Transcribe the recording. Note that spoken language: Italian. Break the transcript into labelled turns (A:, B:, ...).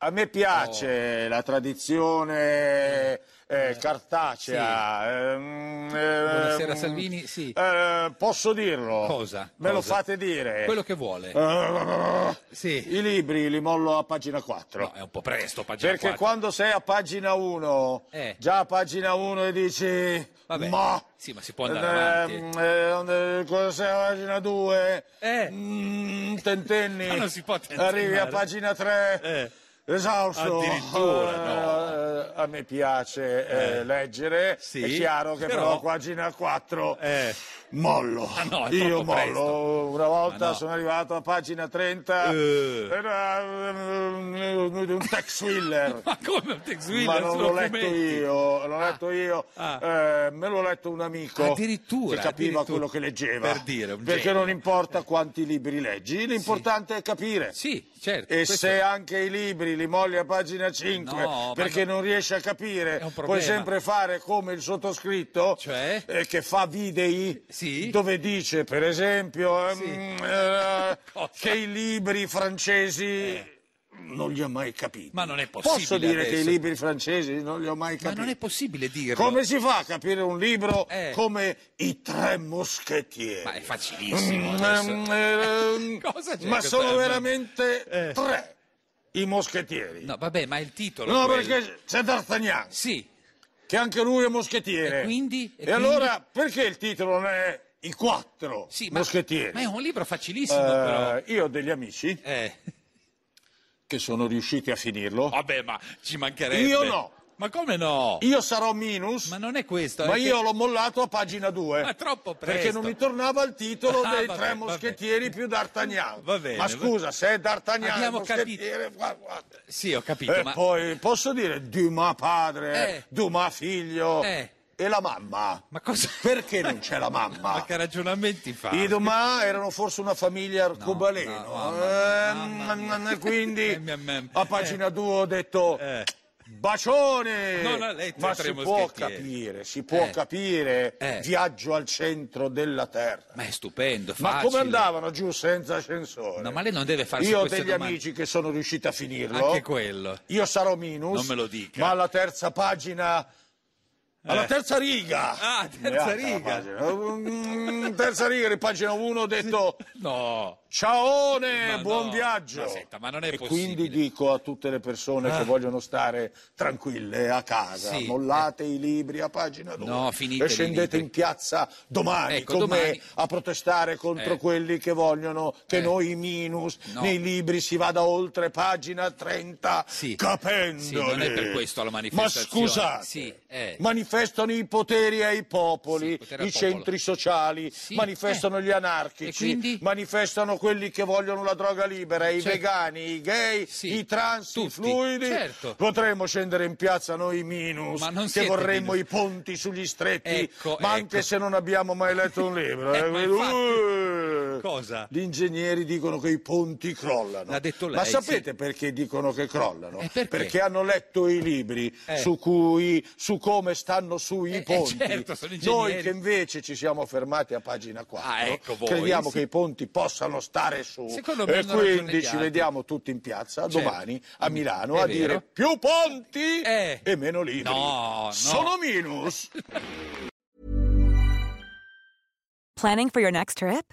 A: A me piace
B: Oh.
A: la tradizione eh, cartacea. ehm, ehm,
B: Buonasera, Salvini, sì.
A: eh, posso dirlo?
B: Cosa?
A: Me lo
B: Cosa?
A: fate dire?
B: Quello che vuole.
A: Eh,
B: Sì.
A: I libri li mollo a pagina 4.
B: No, è un po' presto, pagina
A: perché
B: quattro.
A: quando sei a pagina 1,
B: Eh.
A: già a pagina 1 e dici...
B: Vabbè.
A: Ma...
B: Sì, ma si può andare
A: Ehm,
B: avanti.
A: eh, eh, quando sei a pagina 2...
B: Eh.
A: mm, tentenni.
B: Ma non si può
A: Arrivi a
B: tentennare.
A: pagina 3...
B: Eh.
A: Esausto,
B: Addirittura, no.
A: Eh, a me piace eh, leggere,
B: Sì,
A: è chiaro che però,
B: però-
A: a pagina 4
B: Eh.
A: mollo.
B: Ah, no, è
A: Io
B: troppo
A: mollo.
B: presto.
A: Una volta
B: Ma no.
A: sono arrivato a pagina 30,
B: Eh.
A: era eh, un text thriller.
B: Ma come un Tex
A: Ma
B: Wheeler
A: non
B: sulla
A: l'ho letto
B: fumetti?
A: io, l'ho letto io,
B: ah.
A: eh, me l'ho letto un amico
B: Addirittura,
A: che capiva
B: addirittura.
A: quello che leggeva.
B: Per dire, un
A: perché
B: genio.
A: non importa quanti libri leggi, l'importante è capire.
B: Sì, certo.
A: E
B: questo-
A: se anche i libri li molli a pagina 5
B: No, ma
A: perché
B: no-
A: non riesci a capire,
B: È un
A: puoi
B: problema.
A: sempre fare come il sottoscritto
B: Cioè?
A: eh, che fa video
B: Sì.
A: dove dice, per esempio,
B: Sì.
A: ehm, eh,
B: Cosa?
A: che i libri francesi non li ho mai capiti.
B: Eh. Ma non è
A: Posso
B: possibile
A: dire che i
B: adesso.
A: libri francesi non li ho mai
B: Ma
A: capiti?
B: non è possibile dirlo.
A: Come si fa a capire un libro
B: Eh.
A: come I Tre Moschettieri?
B: Ma è
A: Mm,
B: facilissimo adesso.
A: ehm, ehm,
B: Cosa c'è
A: ma
B: questa-
A: sono veramente
B: Eh.
A: tre i moschettieri.
B: No, vabbè, ma il titolo...
A: No,
B: quello.
A: perché c'è D'Artagnan,
B: Sì,
A: che anche lui è moschettiere.
B: E quindi? E
A: E allora perché il titolo non è I quattro
B: sì, ma...
A: moschettieri?
B: Ma è un libro facilissimo,
A: Eh,
B: però.
A: Io ho degli amici
B: Eh.
A: che sono riusciti a finirlo.
B: Vabbè, ma ci mancherebbe.
A: Io no.
B: Ma come no?
A: Io sarò minus,
B: Ma
A: ma,
B: non è questo. è che-
A: io l'ho mollato a pagina 2.
B: Ma troppo presto.
A: Perché non mi tornava il titolo
B: Ah,
A: dei
B: vabbè,
A: tre
B: vabbè.
A: moschettieri più D'Artagnan.
B: Va bene,
A: ma
B: va-
A: scusa, se è D'Artagnan
B: Abbiamo
A: il moschettiere, guarda, guarda.
B: Sì, ho capito,
A: E
B: ma...
A: Eh, poi posso dire Dumas padre,
B: Eh.
A: Dumas figlio
B: Eh.
A: e la mamma.
B: Ma cosa...
A: Perché non c'è la
B: Ma
A: mamma?
B: che ragionamenti fa?
A: I Dumas erano forse una famiglia arcobaleno.
B: no, mamma mia,
A: Ehm,
B: mamma mia.
A: mm, Quindi
B: Mm, mm.
A: a pagina 2 ho detto
B: Eh.
A: bacione.
B: Non ha letto
A: Ma
B: i tre
A: si può
B: moschettieri.
A: capire, si può
B: Eh.
A: capire.
B: Eh.
A: Viaggio al centro della terra.
B: Ma è stupendo,
A: Ma
B: facile.
A: come andavano giù senza ascensore?
B: No, ma lei non deve farsi
A: Io ho
B: queste
A: degli
B: domande.
A: amici che sono riusciti a finirlo.
B: Anche quello.
A: Io sarò Minus.
B: Non me lo dica. Eh.
A: Ma alla terza pagina. Alla terza riga.
B: Ah, terza
A: Neanche alla
B: riga.
A: pagina. Mm, terza riga di pagina 1 ho detto.
B: No.
A: Ciaone,
B: Ma no.
A: buon viaggio. Ah.
B: Ma senta, ma non è
A: e
B: possibile.
A: quindi dico a tutte le persone che vogliono stare tranquille a casa,
B: Sì. eh.
A: mollate i libri a pagina 2
B: No, finite
A: e
B: i
A: scendete
B: libri.
A: in piazza domani
B: Ecco,
A: come
B: domani.
A: a protestare contro
B: Eh.
A: quelli che vogliono che
B: Eh.
A: noi minus
B: No.
A: nei libri si vada oltre pagina 30
B: Sì.
A: capendoli.
B: Sì, non è per questo la manifestazione.
A: Ma scusate,
B: Sì, eh.
A: manifestano i poteri ai popoli,
B: Sì, i poteri al
A: i
B: popolo.
A: centri sociali,
B: Sì,
A: manifestano
B: eh.
A: gli anarchici,
B: E quindi?
A: manifestano quelli che vogliono la droga libera, i
B: Cioè-
A: vegani, i gay,
B: Sì,
A: i trans, i
B: tutti,
A: fluidi.
B: certo.
A: Potremmo scendere in piazza noi minus,
B: Ma non
A: che
B: siete
A: vorremmo
B: minus.
A: i ponti sugli stretti,
B: Ecco,
A: ma
B: ecco.
A: anche se non abbiamo mai letto un libro.
B: Eh, ma infatti-
A: Eh,
B: Cosa?
A: Gli ingegneri dicono che i ponti crollano.
B: L'ha detto
A: ma
B: lei,
A: sapete
B: sì.
A: perché dicono che crollano?
B: Eh, perché?
A: hanno letto i libri
B: Eh.
A: su, cui, su come stanno sui
B: Eh, eh,
A: ponti.
B: certo, sono
A: Noi
B: ingegneri.
A: che invece ci siamo fermati a pagina 4,
B: Ah, ecco voi,
A: crediamo
B: sì.
A: che i ponti possano stare su
B: Secondo me
A: e
B: hanno ragione
A: quindi
B: gli
A: ci
B: altri.
A: vediamo tutti in piazza
B: Certo.
A: domani a Milano
B: È
A: a
B: vero.
A: dire più ponti
B: Eh.
A: e meno libri.
B: No, no.
A: Sono minus.
C: Planning for your next trip?